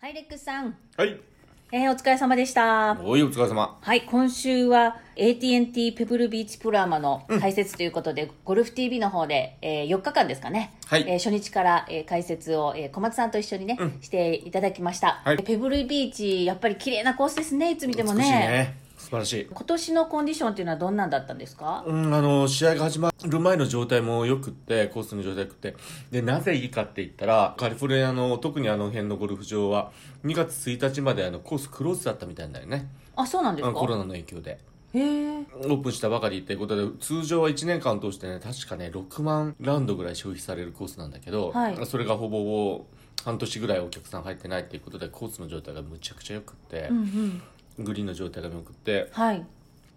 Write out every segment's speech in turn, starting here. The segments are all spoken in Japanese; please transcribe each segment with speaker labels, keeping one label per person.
Speaker 1: ハイレックスさん、
Speaker 2: はい。
Speaker 1: えーお疲れ様でした。
Speaker 2: おい、お疲れ様。
Speaker 1: はい、今週は AT&T ペブルビーチプラマの解説ということで、ゴルフ TV の方で、えー4日間ですかね、
Speaker 2: はい
Speaker 1: えー初日から、えー解説を、えー小松さんと一緒にね、していただきました、
Speaker 2: はい
Speaker 1: ペブルビーチ、やっぱり綺麗なコースですね、いつ見ても
Speaker 2: 美
Speaker 1: ね
Speaker 2: しいね。素晴らしい。
Speaker 1: 今年のコンディションっていうのはどんなんだったんですか、
Speaker 2: うん、あの、試合が始まる前の状態も良くって、コースの状態良くて。で、なぜいいかって言ったら、カリフォルニアの、特にあの辺のゴルフ場は、2月1日まであの、コースクローズだったみたいなんだよね。
Speaker 1: あ、そうなんです
Speaker 2: あの
Speaker 1: か
Speaker 2: コロナの影響で。
Speaker 1: へー
Speaker 2: オープンしたばかりっていうことで、通常は1年間通してね、確かね、6万ラウンドぐらい消費されるコースなんだけど、
Speaker 1: はい
Speaker 2: それがほぼほぼ、半年ぐらいお客さん入ってないっていうことで、コースの状態がむちゃくちゃ良くって、
Speaker 1: うんうん、
Speaker 2: グリーンの状態が良くって、
Speaker 1: はい、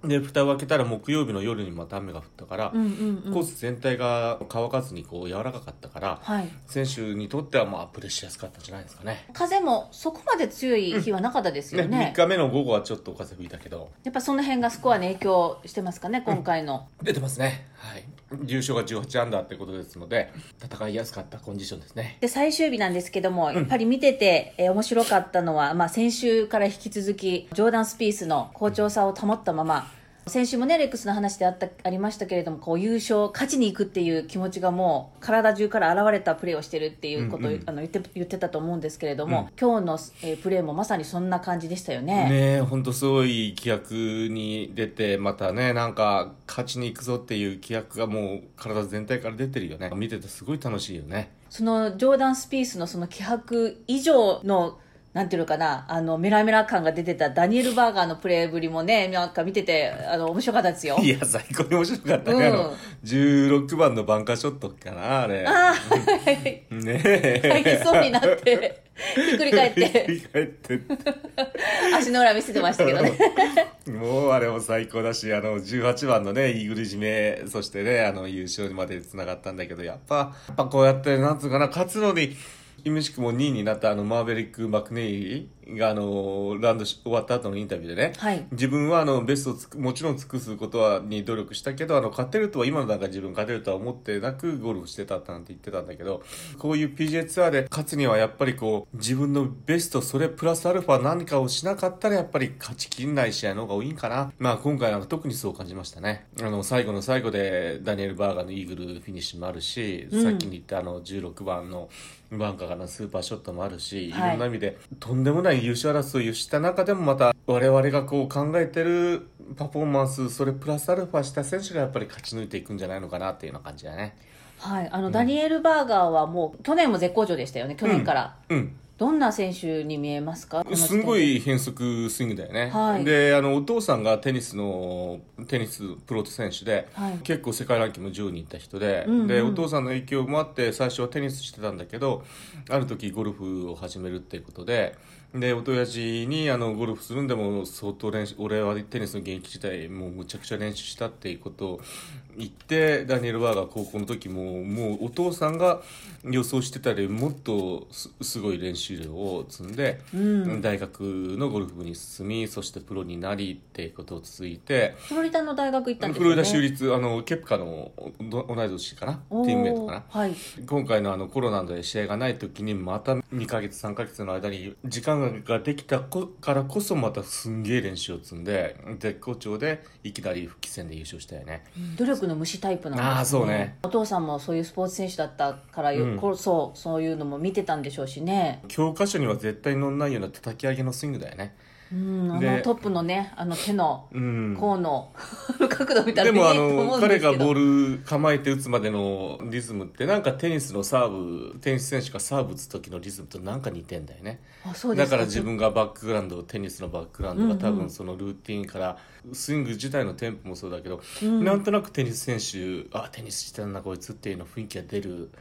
Speaker 2: で蓋を開けたら木曜日の夜にまた雨が降ったから、
Speaker 1: うんうんうん、
Speaker 2: コース全体が乾かずにこう柔らかかったから、
Speaker 1: はい。
Speaker 2: 選手にとってはまあアップレーしやすかったんじゃないですかね
Speaker 1: 風もそこまで強い日はなかったですよ
Speaker 2: ね
Speaker 1: ね。
Speaker 2: 3日目の午後はちょっと風吹いたけど
Speaker 1: やっぱその辺がスコアに影響してますかね、今回の。
Speaker 2: 出てますね、はい、優勝が18アンダーってことですので戦いやすかったコンディションですね
Speaker 1: で、最終日なんですけども、やっぱり見てて、えー面白かったのは、まあ、先週から引き続き、ジョーダン・スピースの好調さを保ったまま、先週もね、レックスの話であった、ありましたけれども、こう、優勝、勝ちに行くっていう気持ちがもう、体中から現れたプレーをしてるっていうことを、
Speaker 2: うんうん
Speaker 1: あの言って、言ってたと思うんですけれども、今日の、えープレーもまさにそんな感じでしたよね。
Speaker 2: ねえほんとすごい気迫に出てまたねなんか勝ちに行くぞっていう気迫がもう体全体から出てるよね見ててすごい楽しいよね
Speaker 1: その、ジョーダン・スピースのその気迫以上の、なんていうのかな、あの、メラメラ感が出てたダニエル・バーガーのプレーぶりもね、なんか見てて、あの、面白かったですよ。
Speaker 2: いや、最高に面白かったね。あ
Speaker 1: うん
Speaker 2: の、16番のバンカーショットかな、あれ。
Speaker 1: あー
Speaker 2: ね
Speaker 1: 入り
Speaker 2: え。
Speaker 1: そうになって、ひっくり返っ
Speaker 2: 振
Speaker 1: て、
Speaker 2: り返ってっ
Speaker 1: 足の裏見せてましたけどね。
Speaker 2: て。もう、あれも最高だし、あの、18番のね、イーグル締め、そしてね、あの、優勝にまで繋がったんだけど、やっぱ、やっぱこうやって、なんつうかな、勝つのに、いむしくも2位になったあの、マーベリック・マクネイが、あの、ラウンドし終わった後のインタビューでね、
Speaker 1: はい
Speaker 2: 自分はあのベストをつくもちろん尽くすことはに努力したけどあの勝てるとは今の段階自分勝てるとは思ってなくゴルフしてたなんて言ってたんだけどこういう PGA ツアーで勝つにはやっぱりこう自分のベストそれプラスアルファ何かをしなかったらやっぱり勝ちきんない試合の方が多いんかなまあ今回なんか特にそう感じましたねあの最後の最後でダニエル・バーガーのイーグルフィニッシュもあるし、
Speaker 1: うん
Speaker 2: さっきに言ったあの16番のバンカーからのスーパーショットもあるし、
Speaker 1: はい
Speaker 2: いろんな意味でとんでもない優勝争いをした中でもまた我々がこう考えてるパフォーマンスそれプラスアルファした選手がやっぱり勝ち抜いていくんじゃないのかなっていうような感じだね
Speaker 1: はい。あの、ダニエル・バーガーはもう、去年も絶好調でしたよね、去年から。
Speaker 2: うん
Speaker 1: どんな選手に見えますかこの時
Speaker 2: す
Speaker 1: 点
Speaker 2: ん
Speaker 1: で
Speaker 2: ごい変則スイングだよね、
Speaker 1: はい
Speaker 2: であのお父さんがテニスのテニスプロ選手で、
Speaker 1: はい
Speaker 2: 結構世界ランキングも10人いった人で、
Speaker 1: うんうん
Speaker 2: でお父さんの影響もあって最初はテニスしてたんだけどある時ゴルフを始めるっていうことででお父ちにあのゴルフするんでも相当練習俺はテニスの現役時代もうむちゃくちゃ練習したっていうことを言ってダニエル・バーが高校の時ももうお父さんが予想してたよりもっとすすごい練習量を積んで。
Speaker 1: うん。
Speaker 2: 大学のゴルフ部に進みそしてプロになりっていうことを続いて、
Speaker 1: フロリダの大学行ったんです
Speaker 2: フ
Speaker 1: よね。
Speaker 2: ロリダ州立あのケプカのど同い年かなチ
Speaker 1: おー
Speaker 2: ームメイトかな
Speaker 1: はい。
Speaker 2: 今回のあのコロナで試合がない時にまた2ヶ月3ヶ月の間に時間ができたこからこそまたすんげえ練習を積んで絶好調でいきなり復帰戦で優勝したよね
Speaker 1: 努力の虫タイプなんですね
Speaker 2: あーそうね
Speaker 1: お父さんもそういうスポーツ選手だったから
Speaker 2: うん
Speaker 1: こそ、そういうのも見てたんでしょうしね、
Speaker 2: 教科書には絶対載んないような叩き上げのスイングだよね
Speaker 1: うん、あの
Speaker 2: で
Speaker 1: トップのねあの手の
Speaker 2: うん
Speaker 1: 甲の角度見たら
Speaker 2: でもあ
Speaker 1: 見えないと思う
Speaker 2: の
Speaker 1: ん
Speaker 2: 彼
Speaker 1: です
Speaker 2: が
Speaker 1: けど
Speaker 2: ボール構えて打つまでのリズムってなんかテニスのサーブテニス選手がサーブ打つ時のリズムとなんか似てんだよね
Speaker 1: あそうで
Speaker 2: だ
Speaker 1: す
Speaker 2: から自分がバックグラウンドテニスのバックグラウンドが多分そのルーティンからスイング自体のテンポもそうだけど、なんとなくテニス選手あテニスしてんなこいつっていうの雰囲気が出る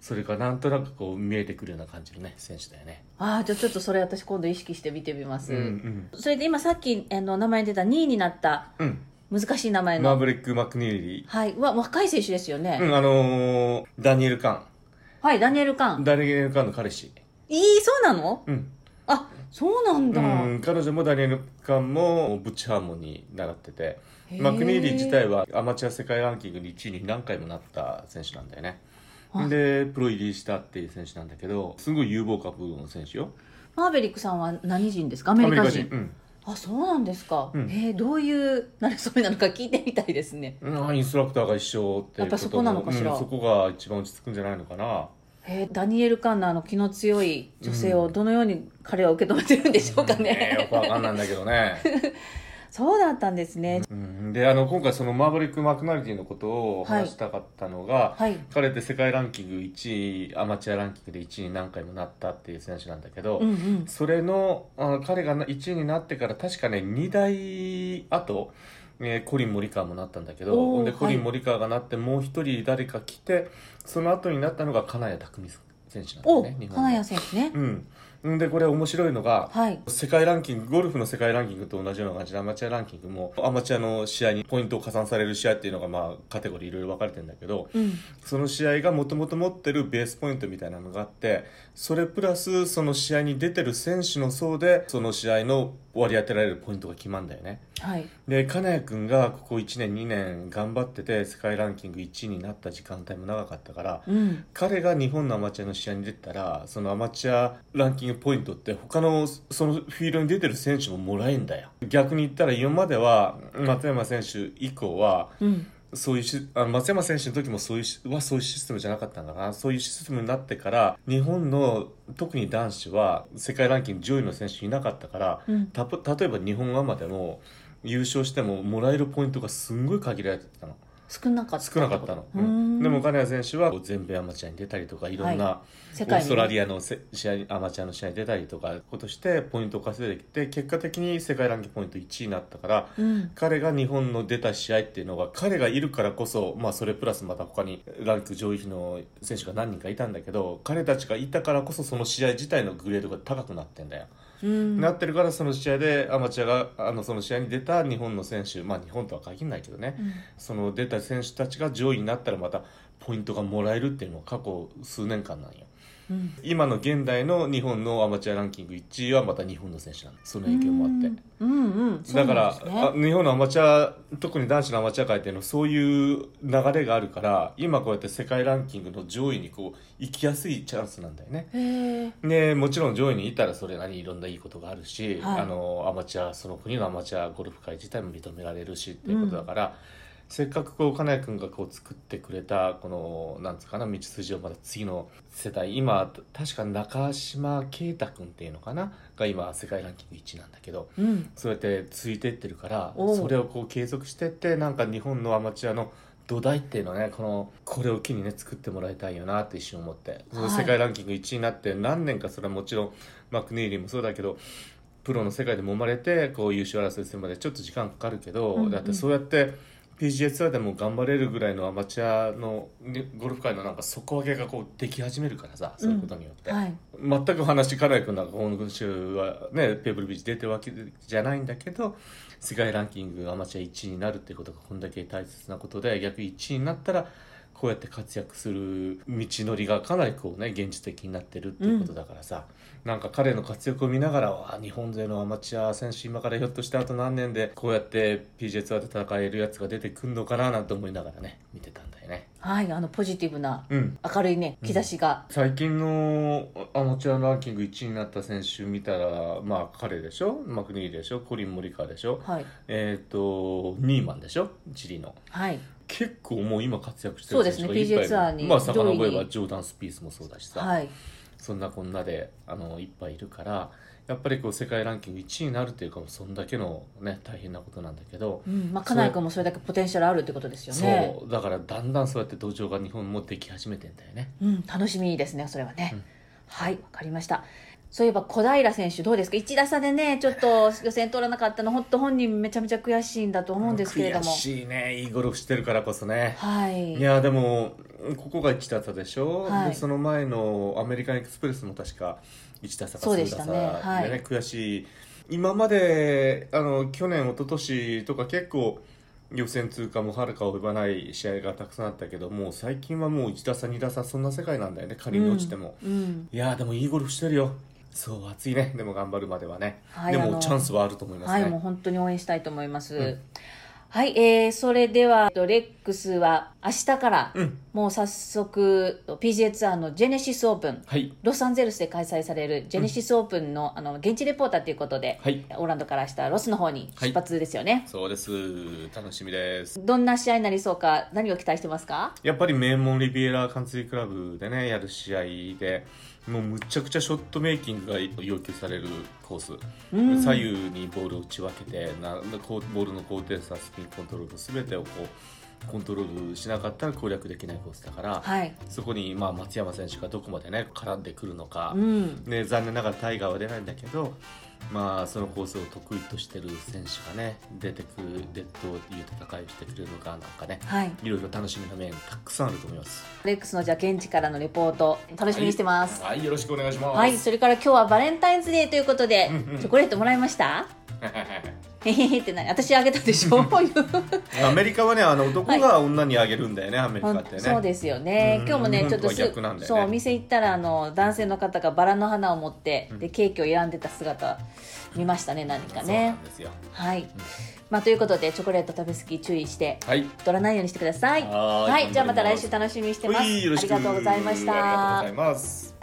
Speaker 2: それがなんとなくこう見えてくるような感じのね選手だよね。
Speaker 1: ああじゃあちょっとそれ私今度意識して見てみます、
Speaker 2: うん
Speaker 1: それで今さっきあの名前に出た2位になった
Speaker 2: うん
Speaker 1: 難しい名前
Speaker 2: マ
Speaker 1: の、
Speaker 2: ーブリック・マクニーリ
Speaker 1: はい、は若い選手ですよね、
Speaker 2: ー、うん、あのーダニエル・カ
Speaker 1: はいダニエル・カ
Speaker 2: ン
Speaker 1: ン
Speaker 2: ダニエル・カンの彼氏、
Speaker 1: いいそうなの
Speaker 2: うん、
Speaker 1: あそうなんだ、
Speaker 2: うん、彼女もダニエル・カンもブッチ・ハーモンに習ってて
Speaker 1: へー
Speaker 2: マクニーリー自体はアマチュア世界ランキングに1位に何回もなった選手なんだよね
Speaker 1: あ
Speaker 2: でプロ入りしたっていう選手なんだけどすごい有望株の選手よ
Speaker 1: マーベリックさんは何人ですかアメリカ人
Speaker 2: うん
Speaker 1: あそうなんですか、
Speaker 2: うん
Speaker 1: えーどういう馴れ初めなのか聞いてみたいですね
Speaker 2: うん、インストラクターが一緒って
Speaker 1: や
Speaker 2: いう
Speaker 1: っぱそこなのかしら
Speaker 2: うんそこが一番落ち着くんじゃないのかな
Speaker 1: えーダニエル・カンナーの気の強い女性をどのように彼は受け止めてるんでしょうか
Speaker 2: うんよ
Speaker 1: ね
Speaker 2: く、わかんないんだけど ね、
Speaker 1: そうだったんですね、
Speaker 2: うん、であの今回そのマーヴェリック・マクナリティのことをお話したかったのが、
Speaker 1: はい
Speaker 2: 彼って世界ランキング1位アマチュアランキングで1位に何回もなったっていう選手なんだけど、
Speaker 1: うんうん
Speaker 2: それのあの彼が1位になってから確かね2代あと、えーコリン・モリカーもなったんだけ
Speaker 1: お
Speaker 2: ど
Speaker 1: ー
Speaker 2: でコリ
Speaker 1: は
Speaker 2: ン・
Speaker 1: い
Speaker 2: モリカーがなってもう一人誰か来てその後になったのが金谷拓実選手なんだよ
Speaker 1: お
Speaker 2: ね日
Speaker 1: 金
Speaker 2: 本
Speaker 1: 谷
Speaker 2: の
Speaker 1: 選手ね、
Speaker 2: うん、でこれ面白いのが、
Speaker 1: はい
Speaker 2: 世界ランキングゴルフの世界ランキングと同じような感じでアマチュアランキングもアマチュアの試合にポイントを加算される試合っていうのが、まあ、カテゴリーいろいろ分かれてるんだけど
Speaker 1: うん
Speaker 2: その試合がもともと持ってるベースポイントみたいなのがあってそれプラスその試合に出てる選手の層でその試合の割り当てられるポイントが決まるんだよね。
Speaker 1: はい
Speaker 2: で金谷君がここ1年2年頑張ってて世界ランキング1位になった時間帯も長かったから、
Speaker 1: うん
Speaker 2: 彼が日本のアマチュアの試合に出たらそのアマチュアランキングポイントって他のそのフィールドに出てる選手ももらえんだよ逆に言ったら今までは松山選手以降は
Speaker 1: うん
Speaker 2: そういうしあの松山選手の時もそういうしはそういうシステムじゃなかったんだなそういうシステムになってから日本の特に男子は世界ランキング上位の選手いなかったから、
Speaker 1: うん
Speaker 2: たと例えば日本アマでも優勝してももらえるポイントがすんごい限られてたの。
Speaker 1: 少なかった
Speaker 2: 少なかったの、
Speaker 1: う
Speaker 2: う
Speaker 1: ーん
Speaker 2: ん、でも金谷選手は全米アマチュアに出たりとかいろんな、
Speaker 1: は世
Speaker 2: オー
Speaker 1: 界に
Speaker 2: ストラリアのせ試合にアマチュアの試合に出たりとかことしてポイントを稼いできて結果的に世界ランキングポイント1位になったから
Speaker 1: うん
Speaker 2: 彼が日本の出た試合っていうのが彼がいるからこそ、まあ、それプラスまた他にランク上位の選手が何人かいたんだけど彼たちがいたからこそその試合自体のグレードが高くなってんだよ。
Speaker 1: うん
Speaker 2: なってるからその試合でアマチュアがあのその試合に出た日本の選手まあ日本とは限らないけどね、
Speaker 1: うん
Speaker 2: その出た選手たちが上位になったらまたポイントがもらえるっていうのが過去数年間なんよ
Speaker 1: うん
Speaker 2: 今の現代の日本のアマチュアランキング1位はまた日本の選手なんでその影響もあって。
Speaker 1: うんうん
Speaker 2: だから、
Speaker 1: そうなんですね
Speaker 2: あ日本のアマチュア特に男子のアマチュア界っていうのはそういう流れがあるから今こうやって世界ランキングの上位にこう行きやすいチャンスなんだよね。
Speaker 1: へえ
Speaker 2: ね、もちろん上位にいたらそれなりにいろんないいことがあるし、
Speaker 1: はい
Speaker 2: あのアマチュアその国のアマチュアゴルフ界自体も認められるしっていうことだから、せっかくこう金谷君がこう作ってくれたこのなんつうかな道筋をまた次の世代今確か中島啓太君っていうのかなが今世界ランキング1位なんだけど
Speaker 1: うん
Speaker 2: そうやってついてってるから
Speaker 1: おう
Speaker 2: それをこう継続してってなんか日本のアマチュアの土台っていうのはねこのこれを機にね作ってもらいたいよなって一瞬思って、
Speaker 1: はい
Speaker 2: 世界ランキング1位になって何年かそれはもちろんマクネイリーもそうだけどプロの世界で揉まれてこう優勝争いするまでちょっと時間かかるけど、
Speaker 1: うんうん
Speaker 2: だってそうやって PGA ツアーでも頑張れるぐらいのアマチュアのねゴルフ界のなんか底上げがこうでき始めるからさそういうことによって。
Speaker 1: はい
Speaker 2: 全く話金井君なんか今週はねペーブルビーチ出てるわけじゃないんだけど世界ランキングアマチュア1位になるっていうことがこんだけ大切なことで逆に1位になったらこうやって活躍する道のりがかなりこうね現実的になってるっていうことだからさ、なんか彼の活躍を見ながらわあ日本勢のアマチュア選手今からひょっとしてあと何年でこうやって PJ ツアーで戦えるやつが出てくんのかななんて思いながらね見てたんだよね。
Speaker 1: はいあのポジティブな
Speaker 2: うん
Speaker 1: 明るいね兆しが
Speaker 2: 最近のアマチュアランキング1位になった選手見たら、まあ、彼でしょ、マクニールでしょ、コリン・モリカーでしょ、
Speaker 1: はい
Speaker 2: えっ、と、ニーマンでしょ、チリの。
Speaker 1: はい
Speaker 2: 結構もう今活躍してる選手がいっぱいいる
Speaker 1: そうですね PGA ツアーに
Speaker 2: まあ、遡
Speaker 1: 上位
Speaker 2: れ
Speaker 1: に
Speaker 2: ばジョーダン・スピースもそうだしさ、
Speaker 1: はい
Speaker 2: そんなこんなであのいっぱいいるから、やっぱりこう世界ランキング1位になるっていうか、そんだけの、ね、大変なことなんだけど、
Speaker 1: うんまあ金井君もそれだけポテンシャルあるってことですよね
Speaker 2: そう、だからだんだんそうやって土壌が日本もでき始めてんだよね。
Speaker 1: うん楽しみですねそれはね、はいわかりましたそういえば小平選手どうですか1打差でねちょっと予選通らなかったの本当本人めちゃめちゃ悔しいんだと思うんですけれども
Speaker 2: 悔しいね、いいゴルフしてるからこそね。
Speaker 1: はい
Speaker 2: いやでもここが1打差でしょ、
Speaker 1: はい
Speaker 2: でその前のアメリカンエクスプレスも確か1打差か
Speaker 1: そうで
Speaker 2: 2
Speaker 1: し
Speaker 2: 打
Speaker 1: た
Speaker 2: 差
Speaker 1: ねはい
Speaker 2: 悔しい今まであの去年一昨年とか結構予選通過もはるか及ばない試合がたくさんあったけどもう最近はもう1打差2打差そんな世界なんだよね仮に落ちても、
Speaker 1: うんうん
Speaker 2: いやでもいいゴルフしてるよそう暑いねでも頑張るまではね、
Speaker 1: はい
Speaker 2: で
Speaker 1: あの
Speaker 2: もチャンスはあると思います
Speaker 1: は
Speaker 2: ね、
Speaker 1: いもう本当に応援したいと思います、
Speaker 2: ん
Speaker 1: はい、えー、それでは、えっとレックスは明日から、
Speaker 2: うん
Speaker 1: もう早速、PGA ツアーのジェネシスオープン、
Speaker 2: はい。
Speaker 1: ロサンゼルスで開催されるジェネシスオープンの,、あの現地レポーターということで、
Speaker 2: はい
Speaker 1: オーランドから明日ロスの方に出発ですよね、
Speaker 2: そうです。楽しみです。
Speaker 1: どんな試合になりそうか何を期待してますか
Speaker 2: やっぱり名門リビエラカンツリークラブでね、やる試合で、もうむちゃくちゃショットメイキングが要求されるコース。
Speaker 1: うん
Speaker 2: 左右にボールを打ち分けて、なこうボールの高低差、スピンコントロール、すべてをこう、コントロールしなかったら攻略できないコースだから、
Speaker 1: はい
Speaker 2: そこにまあ松山選手がどこまでね、絡んでくるのか
Speaker 1: う、ん
Speaker 2: ね、残念ながらタイガーは出ないんだけど、まあ、そのコースを得意としてる選手がね出てくるデッドっていう戦いをしてくれるのかなんかね
Speaker 1: はい
Speaker 2: いろいろ楽しみな面たくさんあると思います
Speaker 1: レックスのじゃあ現地からのレポート楽しみにしてます
Speaker 2: はい、よろしくお願いします
Speaker 1: はい、それから今日はバレンタインズデーということで、
Speaker 2: うんうん
Speaker 1: チョコレートもらいましたえへへってな私あげたでしょ
Speaker 2: アメリカはねあの男が女にあげるんだよね、アメリカってね
Speaker 1: そうですよね
Speaker 2: うん
Speaker 1: 今日もね
Speaker 2: 日
Speaker 1: ちょっ
Speaker 2: 本と
Speaker 1: と
Speaker 2: は
Speaker 1: す
Speaker 2: 逆なんだよね
Speaker 1: そうお店行ったらあの男性の方がバラの花を持って、でケーキを選んでた姿見ましたね何か
Speaker 2: そうな
Speaker 1: ね
Speaker 2: んですよ
Speaker 1: はい、まあということでチョコレート食べ過ぎ注意して
Speaker 2: はい
Speaker 1: 取らないようにしてください
Speaker 2: はーい
Speaker 1: はいじゃあまた来週楽しみにしてます
Speaker 2: はいよろしく
Speaker 1: ありがとうございました
Speaker 2: ありがとうございます